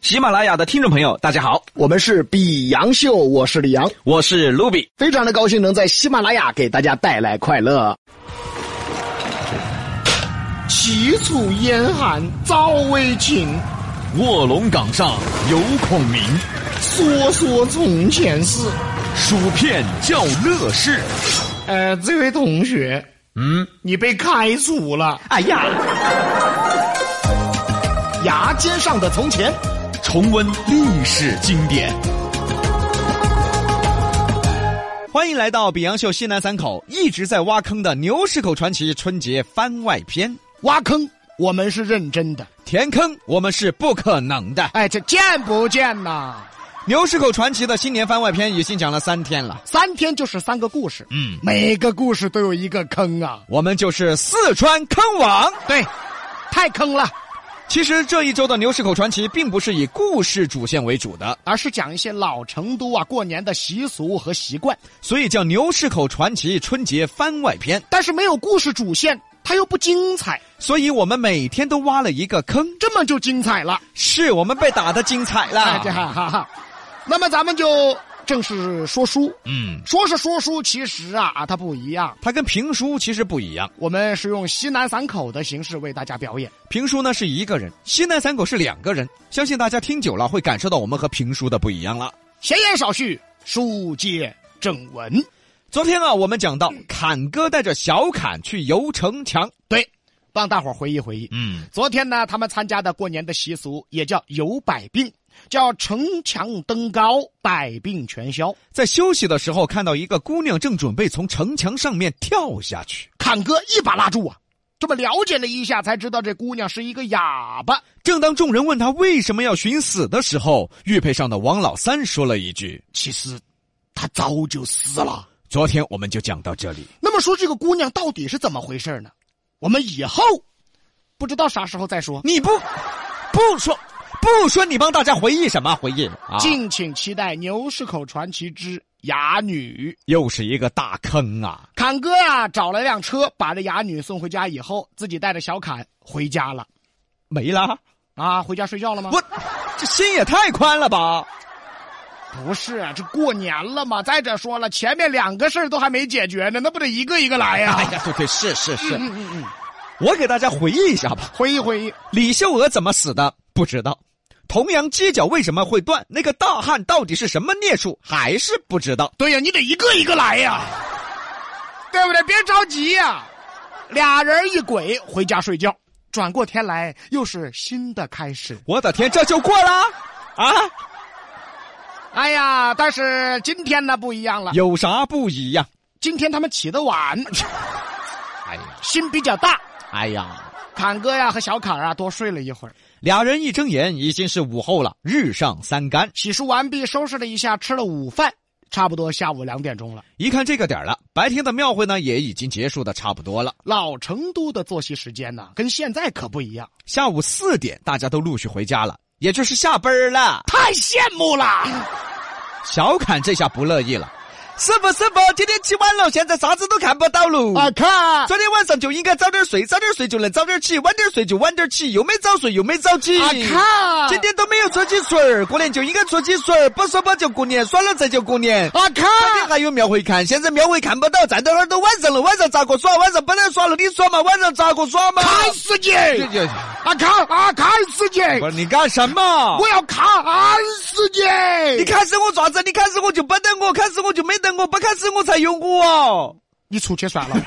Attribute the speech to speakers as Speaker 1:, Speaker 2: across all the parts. Speaker 1: 喜马拉雅的听众朋友，大家好，
Speaker 2: 我们是比杨秀，我是李阳，
Speaker 1: 我是卢比。
Speaker 2: 非常的高兴能在喜马拉雅给大家带来快乐。齐楚燕韩早为秦，
Speaker 3: 卧龙岗上有孔明，
Speaker 2: 说说从前事。
Speaker 3: 薯片叫乐事。
Speaker 2: 呃，这位同学，
Speaker 3: 嗯，
Speaker 2: 你被开除了。哎呀，牙尖上的从前。
Speaker 3: 重温历史经典。
Speaker 1: 欢迎来到比洋秀西南三口一直在挖坑的牛市口传奇春节番外篇。
Speaker 2: 挖坑，我们是认真的。
Speaker 1: 填坑我们是不可能的。
Speaker 2: 哎，这见不见呐？
Speaker 1: 牛市口传奇的新年番外篇已经讲了三天了，
Speaker 2: 三天就是三个故事，
Speaker 1: 嗯，
Speaker 2: 每个故事都有一个坑啊。
Speaker 1: 我们就是四川坑王。
Speaker 2: 对，太坑了，
Speaker 1: 其实这一周的牛市口传奇并不是以故事主线为主的，
Speaker 2: 而是讲一些老成都啊过年的习俗和习惯，
Speaker 1: 所以叫牛市口传奇春节番外篇。
Speaker 2: 但是没有故事主线，它又不精彩，
Speaker 1: 所以我们每天都挖了一个坑，
Speaker 2: 这么就精彩了。
Speaker 1: 是我们被打的精彩
Speaker 2: 哎，这
Speaker 1: 了。
Speaker 2: 哈哈哈。那么咱们就正式说书，
Speaker 1: 嗯，
Speaker 2: 说是说书，其实啊啊它不一样。
Speaker 1: 它跟评书其实不一样。
Speaker 2: 我们是用西南散口的形式为大家表演。
Speaker 1: 评书呢是一个人，西南三狗是两个人。相信大家听久了会感受到我们和评书的不一样了。
Speaker 2: 闲言少叙，书接正文。
Speaker 1: 昨天啊，我们讲到侃哥带着小侃去游城墙，
Speaker 2: 对，帮大伙儿回忆回忆。
Speaker 1: 嗯，
Speaker 2: 昨天呢，他们参加的过年的习俗也叫有百病，叫城墙登高，百病全消。
Speaker 1: 在休息的时候看到一个姑娘正准备从城墙上面跳下去，
Speaker 2: 侃哥一把拉住啊！这么了解了一下，才知道这姑娘是一个哑巴。
Speaker 1: 正当众人问她为什么要寻死的时候，玉佩上的王老三说了一句
Speaker 2: 其实，她早就死了。：“
Speaker 1: 昨天我们就讲到这里。
Speaker 2: 那么说，这个姑娘到底是怎么回事呢？我们以后不知道啥时候再说”，
Speaker 1: 你不不说不说，你帮大家回忆什么回忆啊？
Speaker 2: 敬请期待《牛市口传奇之哑女》。
Speaker 1: 又是一个大坑啊！
Speaker 2: 侃哥啊，找了辆车，把这哑女送回家以后，自己带着小侃回家了。
Speaker 1: 没啦。
Speaker 2: 啊，回家睡觉了吗？
Speaker 1: 我这心也太宽了吧！
Speaker 2: 不是，这过年了嘛。再者说了，前面两个事儿都还没解决呢，那不得一个一个来呀、
Speaker 1: 哎呀，对对，是是是
Speaker 2: 嗯嗯嗯，
Speaker 1: 我给大家回忆一下吧。
Speaker 2: 回忆回忆，
Speaker 1: 李秀娥怎么死的？不知道。童阳犄角为什么会断？那个大汉到底是什么孽畜？还是不知道。
Speaker 2: 对呀、你得一个一个来呀、对不对？别着急呀、俩人一鬼回家睡觉，转过天来又是新的开始。
Speaker 1: 我的天，这就过啦！啊，
Speaker 2: 哎呀，但是今天呢不一样了，
Speaker 1: 有啥不一样？
Speaker 2: 今天他们起得晚，
Speaker 1: 哎呀，
Speaker 2: 心比较大。
Speaker 1: 哎呀，
Speaker 2: 侃哥呀和小侃啊多睡了一会儿，
Speaker 1: 俩人一睁眼已经是午后了，日上三竿。
Speaker 2: 洗漱完毕，收拾了一下，吃了午饭，差不多下午两点钟了。
Speaker 1: 一看这个点儿了，白天的庙会呢也已经结束的差不多了。
Speaker 2: 老成都的作息时间呢，跟现在可不一样，
Speaker 1: 下午四点，大家都陆续回家了，也就是下班儿了。
Speaker 2: 太羡慕 了。
Speaker 1: 小侃这下不乐意了，师傅师傅，今天起晚了，现在啥子都看不到喽。
Speaker 2: 啊，看，
Speaker 1: 昨天晚上就应该早点睡，早点睡就能早点起，晚点睡就晚点起，又没早睡又没早起。
Speaker 2: 啊，看，
Speaker 1: 今天都没有搓起水儿，过年就应该搓起水儿，不说吧就过年，耍了这就过年。
Speaker 2: 啊，
Speaker 1: 昨天
Speaker 2: 看，
Speaker 1: 还有庙会看，现在庙会看不到，站到那儿都晚上了，晚上咋个耍？晚上本来耍了，你耍嘛，晚上咋个耍嘛？
Speaker 2: 看死你！
Speaker 1: 这就
Speaker 2: 啊，看啊，看死你！
Speaker 1: 不是你干什么？
Speaker 2: 我要砍死你！
Speaker 1: 你，砍死我爪子，你砍死我就不等我，砍死我就没等我，不砍死我才有我哦。
Speaker 2: 你出去算了。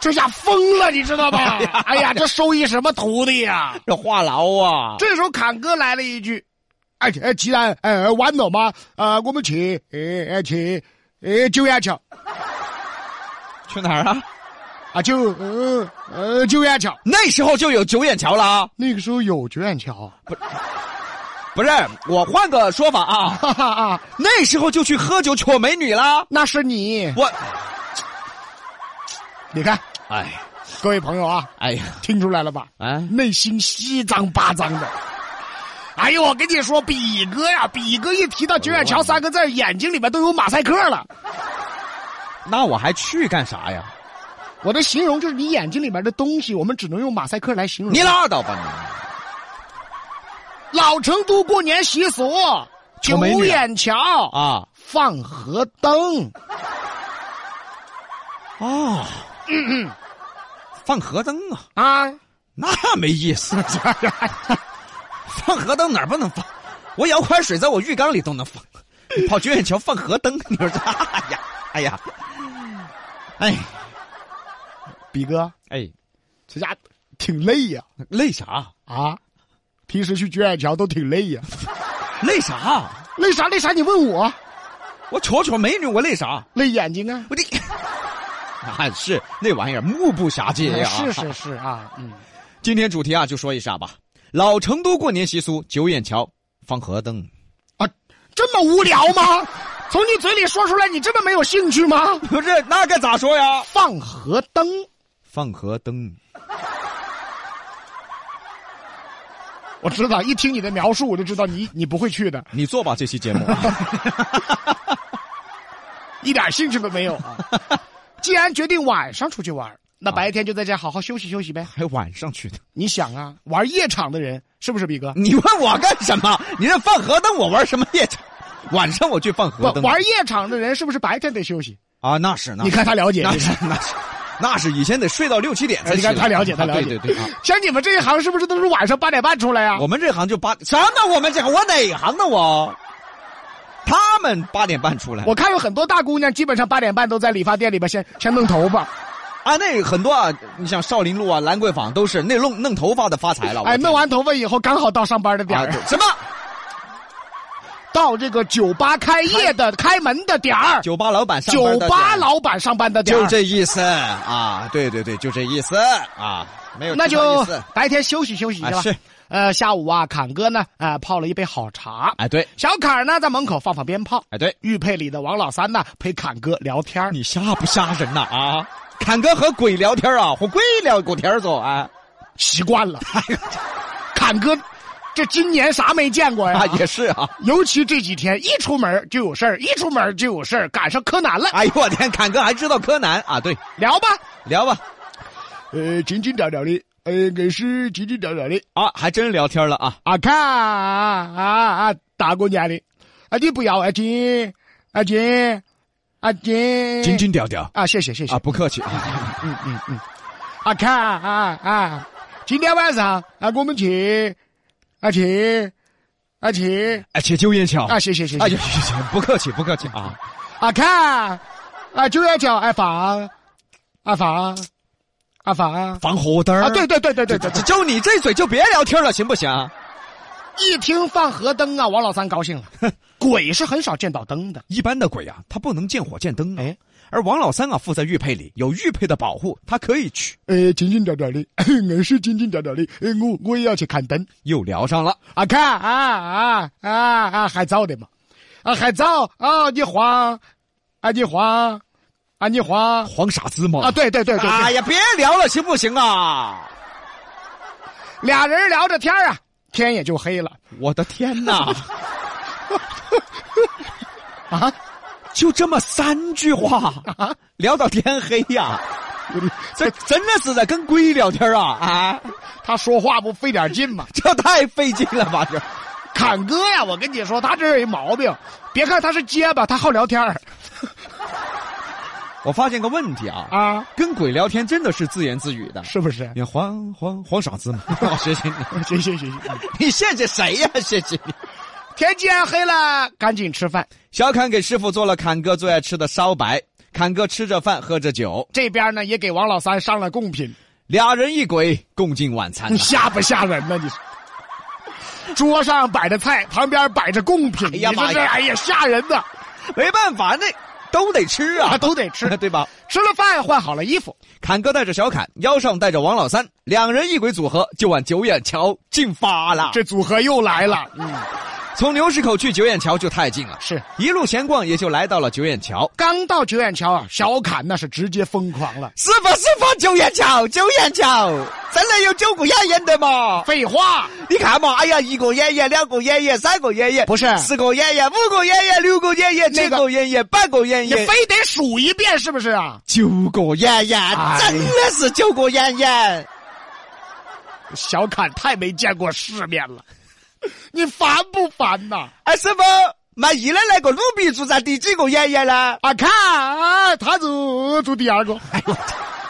Speaker 2: 这下疯了，你知道吧？哎呀，这收益什么徒弟呀、
Speaker 1: 这话痨啊！
Speaker 2: 这时候侃哥来了一句：“哎哎，既然哎晚了嘛，啊、我们去哎哎去哎九眼桥
Speaker 1: 去哪儿啊？
Speaker 2: 啊九呃呃九眼桥。
Speaker 1: 那时候就有九眼桥了啊！
Speaker 2: 那个时候有九眼桥，
Speaker 1: 不是，我换个说法啊，
Speaker 2: 哈哈啊，
Speaker 1: 那时候就去喝酒娶美女啦。
Speaker 2: 那是你。
Speaker 1: 我，
Speaker 2: 你看，
Speaker 1: 哎，
Speaker 2: 各位朋友啊，
Speaker 1: 哎呀，
Speaker 2: 听出来了吧？
Speaker 1: 哎，
Speaker 2: 内心稀脏巴脏的。哎呦，我跟你说，比哥呀，比哥一提到九眼桥三个字儿，眼睛里面都有马赛克了。
Speaker 1: 那我还去干啥呀？
Speaker 2: 我的形容就是你眼睛里面的东西，我们只能用马赛克来形容。
Speaker 1: 你拉倒吧
Speaker 2: 老成都过年习俗，
Speaker 1: 求
Speaker 2: 九
Speaker 1: 美女
Speaker 2: 眼桥
Speaker 1: 啊
Speaker 2: 放河灯，
Speaker 1: 哦，放河灯啊，
Speaker 2: 啊，
Speaker 1: 那没意思。 放河灯哪儿不能放？我舀块水在我浴缸里都能放，你跑九眼桥放河灯，你说这？哎呀，哎呀，哎
Speaker 2: 比哥
Speaker 1: 哎，
Speaker 2: 这家挺累呀、
Speaker 1: 累啥？
Speaker 2: 啊，平时去九眼桥都挺累呀、
Speaker 1: 累啥？
Speaker 2: 累啥累啥？你问我
Speaker 1: 我瞧瞧美女，我累 啥？
Speaker 2: 累眼睛啊？
Speaker 1: 我这，那啊是那玩意儿目不暇接哎呀、
Speaker 2: 是是是啊，嗯，
Speaker 1: 今天主题啊，就说一下吧。老成都过年习俗，九眼桥放河灯。
Speaker 2: 啊，这么无聊吗？从你嘴里说出来，你这么没有兴趣吗？
Speaker 1: 不是，那该咋说呀？
Speaker 2: 放河灯，
Speaker 1: 放河灯，
Speaker 2: 我知道，一听你的描述，我就知道你你不会去的，
Speaker 1: 你做吧这期节 目、
Speaker 2: 一点兴趣都没有 啊。既然决定晚上出去玩，那白天就在家好好休息休息呗。
Speaker 1: 还晚上去的。
Speaker 2: 你想啊，玩夜场的人是不是比哥？
Speaker 1: 你问我干什么？你这放河灯，我玩什么夜场？晚上我去放
Speaker 2: 不
Speaker 1: 河灯
Speaker 2: 玩夜场的人是不是白天得休息？
Speaker 1: 啊？那是那
Speaker 2: 你
Speaker 1: 是
Speaker 2: 看他了解
Speaker 1: 那
Speaker 2: 这个
Speaker 1: 是那是那是以前得睡到六七点才
Speaker 2: 哎你
Speaker 1: 起
Speaker 2: 看
Speaker 1: 来。
Speaker 2: 他了解他
Speaker 1: 啊
Speaker 2: 了解
Speaker 1: 对对对啊！
Speaker 2: 像你们这一行是不是都是晚上八点半出来啊？
Speaker 1: 我们这行就八什么？我们这行我哪行呢？我他们八点半出来。
Speaker 2: 我看有很多大姑娘，基本上八点半都在理发店里边先先弄头发，
Speaker 1: 啊，那很多啊，你像少林路啊、兰桂坊都是那弄弄头发的发财了。我
Speaker 2: 哎，
Speaker 1: 天
Speaker 2: 弄完头发以后刚好到上班的点
Speaker 1: 啊，
Speaker 2: 儿，
Speaker 1: 对什么
Speaker 2: 到这个酒吧开业的开门的点儿，
Speaker 1: 酒吧老板上班
Speaker 2: 酒
Speaker 1: 的
Speaker 2: 吧
Speaker 1: 点儿
Speaker 2: 老板上班的点儿，
Speaker 1: 就这意思啊，对对对，就这意思啊，没有
Speaker 2: 那
Speaker 1: 其他
Speaker 2: 就
Speaker 1: 意思
Speaker 2: 白天休息休息去
Speaker 1: 啊
Speaker 2: 吧。
Speaker 1: 是，
Speaker 2: 呃，下午啊，侃哥呢，啊、泡了一杯好茶，
Speaker 1: 哎对
Speaker 2: 小侃儿呢在门口放放鞭炮，
Speaker 1: 哎对，
Speaker 2: 玉佩里的王老三呢陪侃哥聊天儿
Speaker 1: 你吓不吓人呐啊？侃哥和鬼聊天啊，和鬼聊过天儿走啊 哎
Speaker 2: 习惯了。侃哥，这今年啥没见过呀？
Speaker 1: 啊也是啊，
Speaker 2: 尤其这几天一出门就有事儿，一出门就有事儿，赶上柯南了，
Speaker 1: 哎呦我天，侃哥还知道柯南啊，对，
Speaker 2: 聊吧。
Speaker 1: 聊吧
Speaker 2: 呃，紧紧点点的，呃，我是紧紧点点的。
Speaker 1: 啊，还真聊天了啊，
Speaker 2: 啊，看啊啊啊，大过年的，啊，你不要啊，金，啊金，啊金，
Speaker 1: 斤斤调调
Speaker 2: 啊，谢谢谢谢
Speaker 1: 啊，，不客气啊，
Speaker 2: 啊看啊啊，今天晚上啊，我们去，啊去，啊去，
Speaker 1: 哎，且九眼桥
Speaker 2: 啊，谢谢谢
Speaker 1: 哎
Speaker 2: 谢
Speaker 1: 呀，，不客气不客气啊。
Speaker 2: 啊看，啊九眼桥哎放，啊放，啊放。
Speaker 1: 防火灯
Speaker 2: 啊，对对对对对对对，
Speaker 1: 就你这嘴就别聊天了，行不行？
Speaker 2: 一听放河灯啊，王老三高兴 了。鬼是很少见到灯的，
Speaker 1: 一般的鬼啊，他不能见火见灯啊。
Speaker 2: 哎
Speaker 1: 而王老三啊，附在玉佩里，有玉佩的保护，他可以去。
Speaker 2: 呃，紧紧点点的， 我是紧紧点点的，呃，我我也要去看灯
Speaker 1: 又聊上了，
Speaker 2: 啊，看啊啊啊啊，还早的嘛，啊还早啊，你慌，啊你慌，啊你慌
Speaker 1: 黄傻子嘛
Speaker 2: 啊，对对对对，
Speaker 1: 哎呀，别聊了，行不行啊？
Speaker 2: 俩人聊着天啊，天也就黑了
Speaker 1: 我的天 哪，
Speaker 2: 啊，
Speaker 1: 就这么三句话，聊到天黑呀、这真的是在跟鬼聊天啊！啊，
Speaker 2: 他说话不费点劲吗？
Speaker 1: 这太费劲了吧？这
Speaker 2: 侃哥呀，我跟你说，他这有一毛病，别看他是结巴，他好聊天儿
Speaker 1: 我发现个问题啊，
Speaker 2: 啊，
Speaker 1: 跟鬼聊天真的是自言自语的。
Speaker 2: 是不是？
Speaker 1: 你看黄黄黄傻子嘛，谢谢你。
Speaker 2: 行行行行。
Speaker 1: 你谢谢谁呀、谢谢你。
Speaker 2: 天既然黑了，赶紧吃饭。
Speaker 1: 小侃给师傅做了侃哥最爱吃的烧白，侃哥吃着饭喝着酒，
Speaker 2: 这边呢也给王老三上了贡品，
Speaker 1: 俩人一鬼共进晚餐啊
Speaker 2: 你。吓不吓人呢？你桌上摆着菜，旁边摆着贡品，
Speaker 1: 哎呀
Speaker 2: 你这
Speaker 1: 妈
Speaker 2: 是
Speaker 1: 呀
Speaker 2: 哎呀吓人的，
Speaker 1: 没办法，那都得吃
Speaker 2: 啊
Speaker 1: 啊，。
Speaker 2: 都得吃
Speaker 1: 对吧？
Speaker 2: 吃了饭，换好了衣服，
Speaker 1: 侃哥带着小侃，腰上带着王老三，两人一鬼组合就往九眼桥进发了。
Speaker 2: 这组合又来了。嗯，
Speaker 1: 从牛市口去九眼桥就太近了，
Speaker 2: 是
Speaker 1: 一路闲逛也就来到了九眼桥。
Speaker 2: 刚到九眼桥啊，小侃那是直接疯狂了。
Speaker 1: 师傅，师傅，九眼桥，九眼桥，真的有九个眼眼的吗？
Speaker 2: 废话，
Speaker 1: 你看嘛，哎呀，一个爷爷，两个爷爷，三个爷爷，
Speaker 2: 不是
Speaker 1: 四个爷爷，五个爷爷，六个爷爷，
Speaker 2: 那
Speaker 1: 七
Speaker 2: 个
Speaker 1: 个爷爷，八个爷
Speaker 2: 你
Speaker 1: 爷，
Speaker 2: 非得数一遍是不是啊？
Speaker 1: 九个爷爷，
Speaker 2: 哎
Speaker 1: 真的是九个爷爷。
Speaker 2: 小侃太没见过世面了。 你烦不烦呐？
Speaker 1: 哎，师傅，满意的那个鲁比猪在第几个演员呢？
Speaker 2: 啊，看啊他就做第二个，
Speaker 1: 哎呦，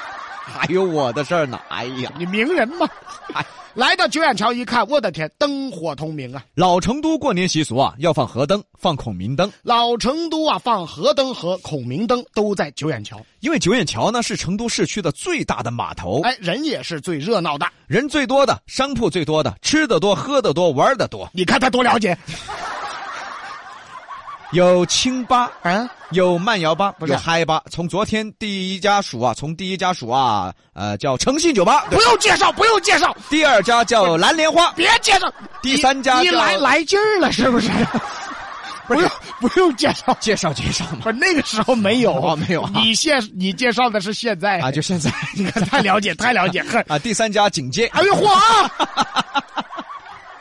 Speaker 1: 还有我的事儿呢！哎呀，
Speaker 2: 你名人嘛。
Speaker 1: 哎
Speaker 2: 来到九眼桥一看，我的天，灯火通明啊！
Speaker 1: 老成都过年习俗啊，要放河灯，放孔明灯，
Speaker 2: 老成都啊，放河灯和孔明灯都在九眼桥，
Speaker 1: 因为九眼桥呢是成都市区的最大的码头，
Speaker 2: 哎，人也是最热闹的。
Speaker 1: 人最多的，商铺最多的，吃的多，喝的多，玩的多，
Speaker 2: 你看他多了解
Speaker 1: 有清吧，
Speaker 2: 啊！
Speaker 1: 有慢摇吧，
Speaker 2: 是
Speaker 1: 有嗨吧。从昨天第一家数啊，从第一家数啊，呃，叫诚信酒吧，对
Speaker 2: 不用介绍，不用介绍，
Speaker 1: 第二家叫蓝莲花，
Speaker 2: 别介绍。
Speaker 1: 第三家
Speaker 2: 你你
Speaker 1: 叫
Speaker 2: 来来劲儿了是不是？不用不用介绍，
Speaker 1: 介绍介绍嘛。
Speaker 2: 不是那个时候没有
Speaker 1: 哦没有啊
Speaker 2: 你现你介绍的是现在
Speaker 1: 啊，就现在
Speaker 2: 你看太了解，太了 解，哼，
Speaker 1: 啊，第三家警戒
Speaker 2: 哎呦嚯啊！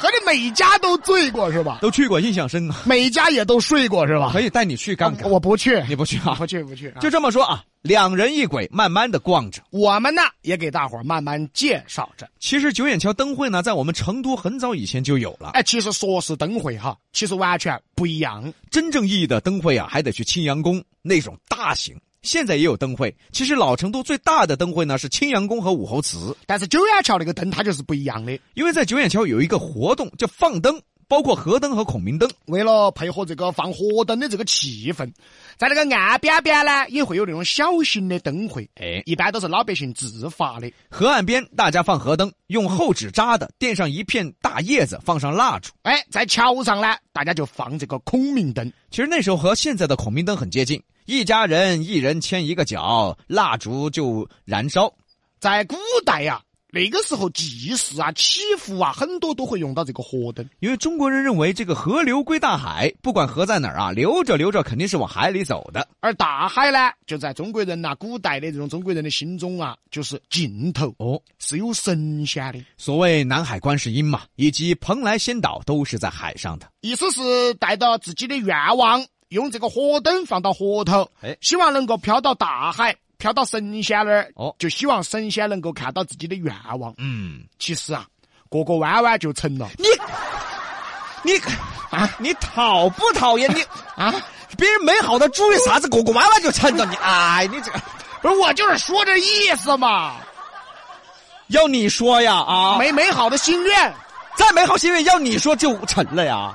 Speaker 2: 合着每家都醉过是吧？
Speaker 1: 都去过，印象深呢。
Speaker 2: 每家也都睡过是吧
Speaker 1: 可？以带你去看看，
Speaker 2: 我不去，
Speaker 1: 你不去啊？
Speaker 2: 不去不去。
Speaker 1: 就这么说啊，两人一鬼，慢慢的逛着。
Speaker 2: 我们呢，也给大伙儿慢慢介绍着。
Speaker 1: 其实九眼桥灯会呢，在我们成都很早以前就有了。
Speaker 2: 哎，其实说是灯会哈，其实完全不一样。
Speaker 1: 真正意义的灯会啊，还得去青羊宫那种大型。现在也有灯会，其实老成都最大的灯会呢是青羊宫和武侯祠。
Speaker 2: 但是九眼桥那个灯它就是不一样的。
Speaker 1: 因为在九眼桥有一个活动叫放灯，包括河灯和孔明灯。
Speaker 2: 为了配合这个放火灯的这个气氛，在那个岸边边呢，也会有那种小型的灯会，
Speaker 1: 哎，
Speaker 2: 一般都是老百姓自发的。
Speaker 1: 河岸边大家放河灯，用厚纸扎的垫上一片大叶子，放上蜡烛。
Speaker 2: 哎，在桥上呢，大家就放这个孔明灯。
Speaker 1: 其实那时候和现在的孔明灯很接近，一家人一人牵一个脚，蜡烛就燃烧。
Speaker 2: 在古代呀、那个时候祭祀啊、祈福啊，很多都会用到这个火灯。
Speaker 1: 因为中国人认为这个河流归大海，不管河在哪儿啊，流着流着肯定是往海里走的。
Speaker 2: 而大海呢，就在中国人呐、古代的这种中国人的心中啊，就是尽头，
Speaker 1: 哦，
Speaker 2: 是有神仙的。
Speaker 1: 所谓南海观世音嘛，以及蓬莱仙岛都是在海上的。
Speaker 2: 意思是带着自己的愿望，用这个火灯放到河头，
Speaker 1: 哎
Speaker 2: 希望能够飘到大海，飘到神仙那儿，
Speaker 1: 哦
Speaker 2: 就希望神仙能够看到自己的愿望。
Speaker 1: 嗯，
Speaker 2: 其实啊，过个弯弯就成了
Speaker 1: 你你啊，你讨不讨厌你？
Speaker 2: 啊！
Speaker 1: 别人美好的祝意啥子，果果娃娃就趁着你，哎，你这个
Speaker 2: 不是我就是说这意思嘛，
Speaker 1: 要你说呀啊，
Speaker 2: 没美好的心愿，
Speaker 1: 再美好心愿要你说就成了呀。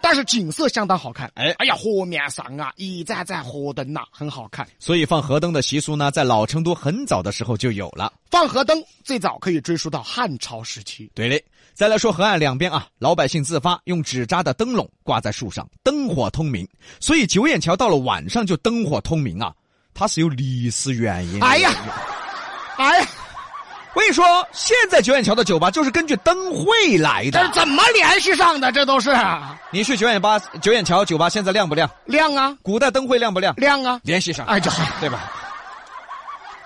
Speaker 2: 但是景色相当好看。
Speaker 1: 哎
Speaker 2: 哎呀，河面上啊，一盏盏河灯呐、很好看。
Speaker 1: 所以放河灯的习俗呢，在老成都很早的时候就有了。
Speaker 2: 放河灯最早可以追溯到汉朝时期。
Speaker 1: 对嘞，再来说河岸两边啊，老百姓自发用纸扎的灯笼挂在树上，灯火通明。所以九眼桥到了晚上就灯火通明啊，它是有历史原因的。
Speaker 2: 哎呀，哎呀，
Speaker 1: 我跟你说，现在九眼桥的酒吧就是根据灯会来
Speaker 2: 这
Speaker 1: 的。
Speaker 2: 怎么联系上的？这都是啊
Speaker 1: 你去九眼八九眼桥酒吧现在亮不亮？
Speaker 2: 亮啊
Speaker 1: 古代灯会亮不亮？
Speaker 2: 亮啊！
Speaker 1: 联系上，
Speaker 2: 哎这
Speaker 1: 对吧？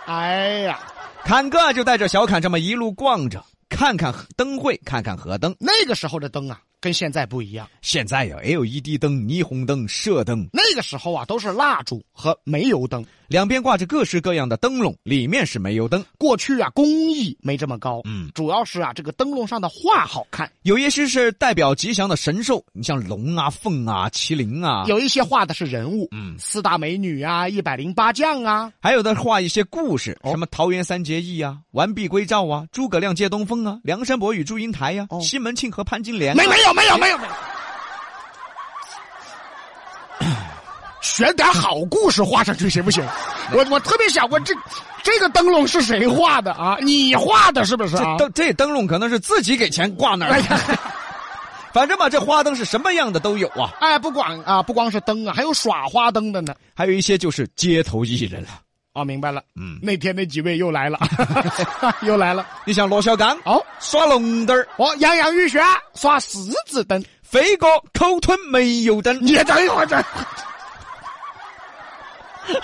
Speaker 2: 哎呀，
Speaker 1: 侃哥啊就带着小侃这么一路逛着，看看灯会，看看河灯。
Speaker 2: 那个时候的灯啊，跟现在不一样。
Speaker 1: 现在有 LED 灯、霓虹灯、射灯，
Speaker 2: 那个时候啊，都是蜡烛和煤油灯。
Speaker 1: 两边挂着各式各样的灯笼，里面是煤油灯。
Speaker 2: 过去啊，工艺没这么高，
Speaker 1: 嗯
Speaker 2: 主要是啊，这个灯笼上的画好看，
Speaker 1: 有一些是代表吉祥的神兽，你像龙啊、凤啊、麒麟啊，
Speaker 2: 有一些画的是人物，
Speaker 1: 嗯
Speaker 2: 四大美女啊，一百零八将啊，
Speaker 1: 还有的画一些故事，
Speaker 2: 哦
Speaker 1: 什么桃园三结义啊、完璧归赵啊、诸葛亮借东风啊、梁山伯与祝英台呀、
Speaker 2: 哦
Speaker 1: 西门庆和潘金莲、
Speaker 2: 哎
Speaker 1: 啊
Speaker 2: 没没有没有没 有没有，选点好故事画上去行不行？我我特别想问这这个灯笼是谁画的啊？你画的是不是啊
Speaker 1: 这？灯这灯笼可能是自己给钱挂那儿
Speaker 2: 哎
Speaker 1: 的，
Speaker 2: 呀。
Speaker 1: 反正吧，这花灯是什么样的都有啊，
Speaker 2: 哎，不光啊，不光是灯啊，还有耍花灯的呢。
Speaker 1: 还有一些就是街头艺人了。
Speaker 2: 哦，明白了，
Speaker 1: 嗯，
Speaker 2: 那天那几位又来了， 又来了。
Speaker 1: 你像罗小刚
Speaker 2: 哦，
Speaker 1: 耍龙灯儿，
Speaker 2: 哦，杨洋雨轩耍狮子灯，
Speaker 1: 飞哥口吞煤油灯，
Speaker 2: 你等一会儿，等一会儿。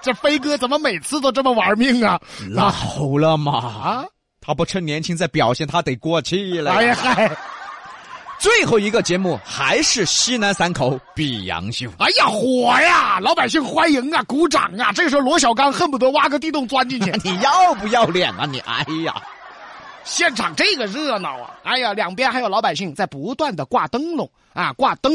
Speaker 2: 这飞哥怎么每次都这么玩命啊？
Speaker 1: 老了嘛
Speaker 2: 啊！
Speaker 1: 他不趁年轻再表现，他得过气了呀。
Speaker 2: 哎呀嗨！
Speaker 1: 最后一个节目还是西南三口比杨秀。
Speaker 2: 哎呀火呀！老百姓欢迎啊，鼓掌 啊！这时候罗小刚恨不得挖个地洞钻进去。
Speaker 1: 你要不要脸啊你？哎呀，
Speaker 2: 现场这个热闹啊！哎呀，两边还有老百姓在不断的挂灯笼啊，挂灯。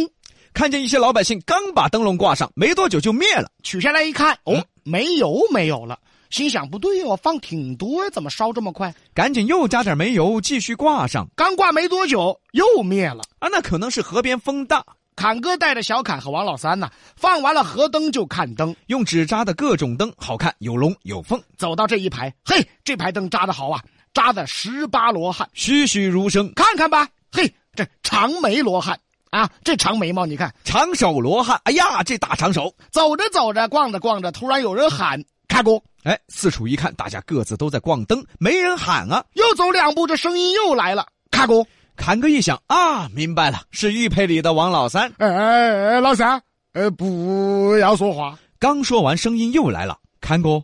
Speaker 1: 看见一些老百姓刚把灯笼挂上，没多久就灭了。
Speaker 2: 取下来一看，哦，煤油没有了，心想不对哦，放挺多，怎么烧这么快？
Speaker 1: 赶紧又加点煤油，继续挂上。
Speaker 2: 刚挂没多久又灭了。
Speaker 1: 啊，那可能是河边风大，
Speaker 2: 侃哥带着小侃和王老三呐、放完了河灯就看灯，
Speaker 1: 用纸扎的各种灯，好看，有龙有凤，
Speaker 2: 走到这一排，嘿，这排灯扎的好啊，扎的十八罗汉，
Speaker 1: 栩栩如生。
Speaker 2: 看看吧，嘿，这长眉罗汉啊，这长眉毛你看，
Speaker 1: 长手罗汉，哎呀，这大长手！
Speaker 2: 走着走着，逛着逛着，突然有人喊开锅，
Speaker 1: 哎，四处一看，大家各自都在逛灯，没人喊啊。
Speaker 2: 又走两步，这声音又来了，开锅，
Speaker 1: 侃哥一想啊，明白了，是玉佩里的王老三。
Speaker 2: 哎哎哎，老三，呃，不要说话，
Speaker 1: 刚说完，声音又来了，侃哥。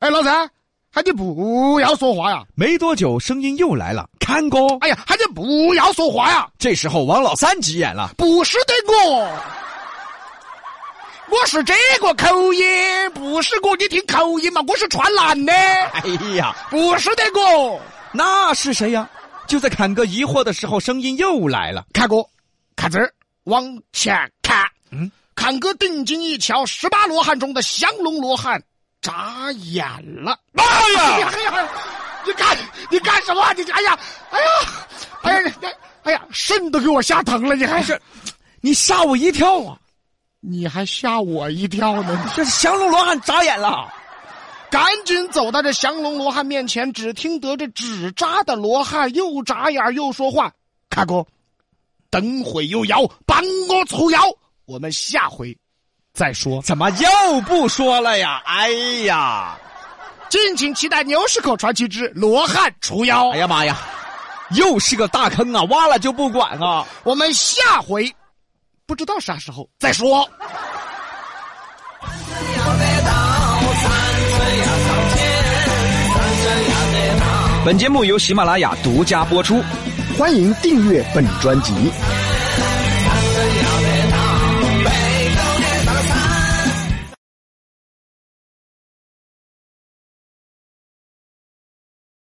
Speaker 2: 哎，老三，还得不要说话呀，
Speaker 1: 没多久，声音又来了，侃哥。
Speaker 2: 哎呀，还得不要说话呀。
Speaker 1: 这时候，王老三急眼了，
Speaker 2: 不是的我，我是这个口音，不是我，你听口音嘛，我是川南的，
Speaker 1: 哎呀，
Speaker 2: 不是的我。
Speaker 1: 那是谁呀？就在侃哥疑惑的时候，声音又来了。
Speaker 2: 看哥，看这儿，往前看，嗯，看哥定睛一瞧，十八罗汉中的降龙罗汉眨眼了，
Speaker 3: 妈
Speaker 2: 哎呀！哎呀，你干你干什么？你哎呀，哎呀，哎呀，你哎呀，肾都给我吓疼了，你还是
Speaker 1: 你吓我一跳啊！
Speaker 2: 你还吓我一跳呢。你
Speaker 1: 这降龙罗汉眨眼了。
Speaker 2: 赶紧走到这降龙罗汉面前，只听得这纸扎的罗汉又眨眼又说话：“卡哥，等会又摇，帮我出窑，我们下回再说。
Speaker 1: 怎么又不说了呀？哎呀，
Speaker 2: 敬请期待《牛市口传奇之罗汉除妖》
Speaker 1: 哎呀妈呀，又是个大坑啊！挖了就不管啊！
Speaker 2: 我们下回不知道啥时候再说。
Speaker 4: 本节目由喜马拉雅独家播出，欢迎订阅本专辑。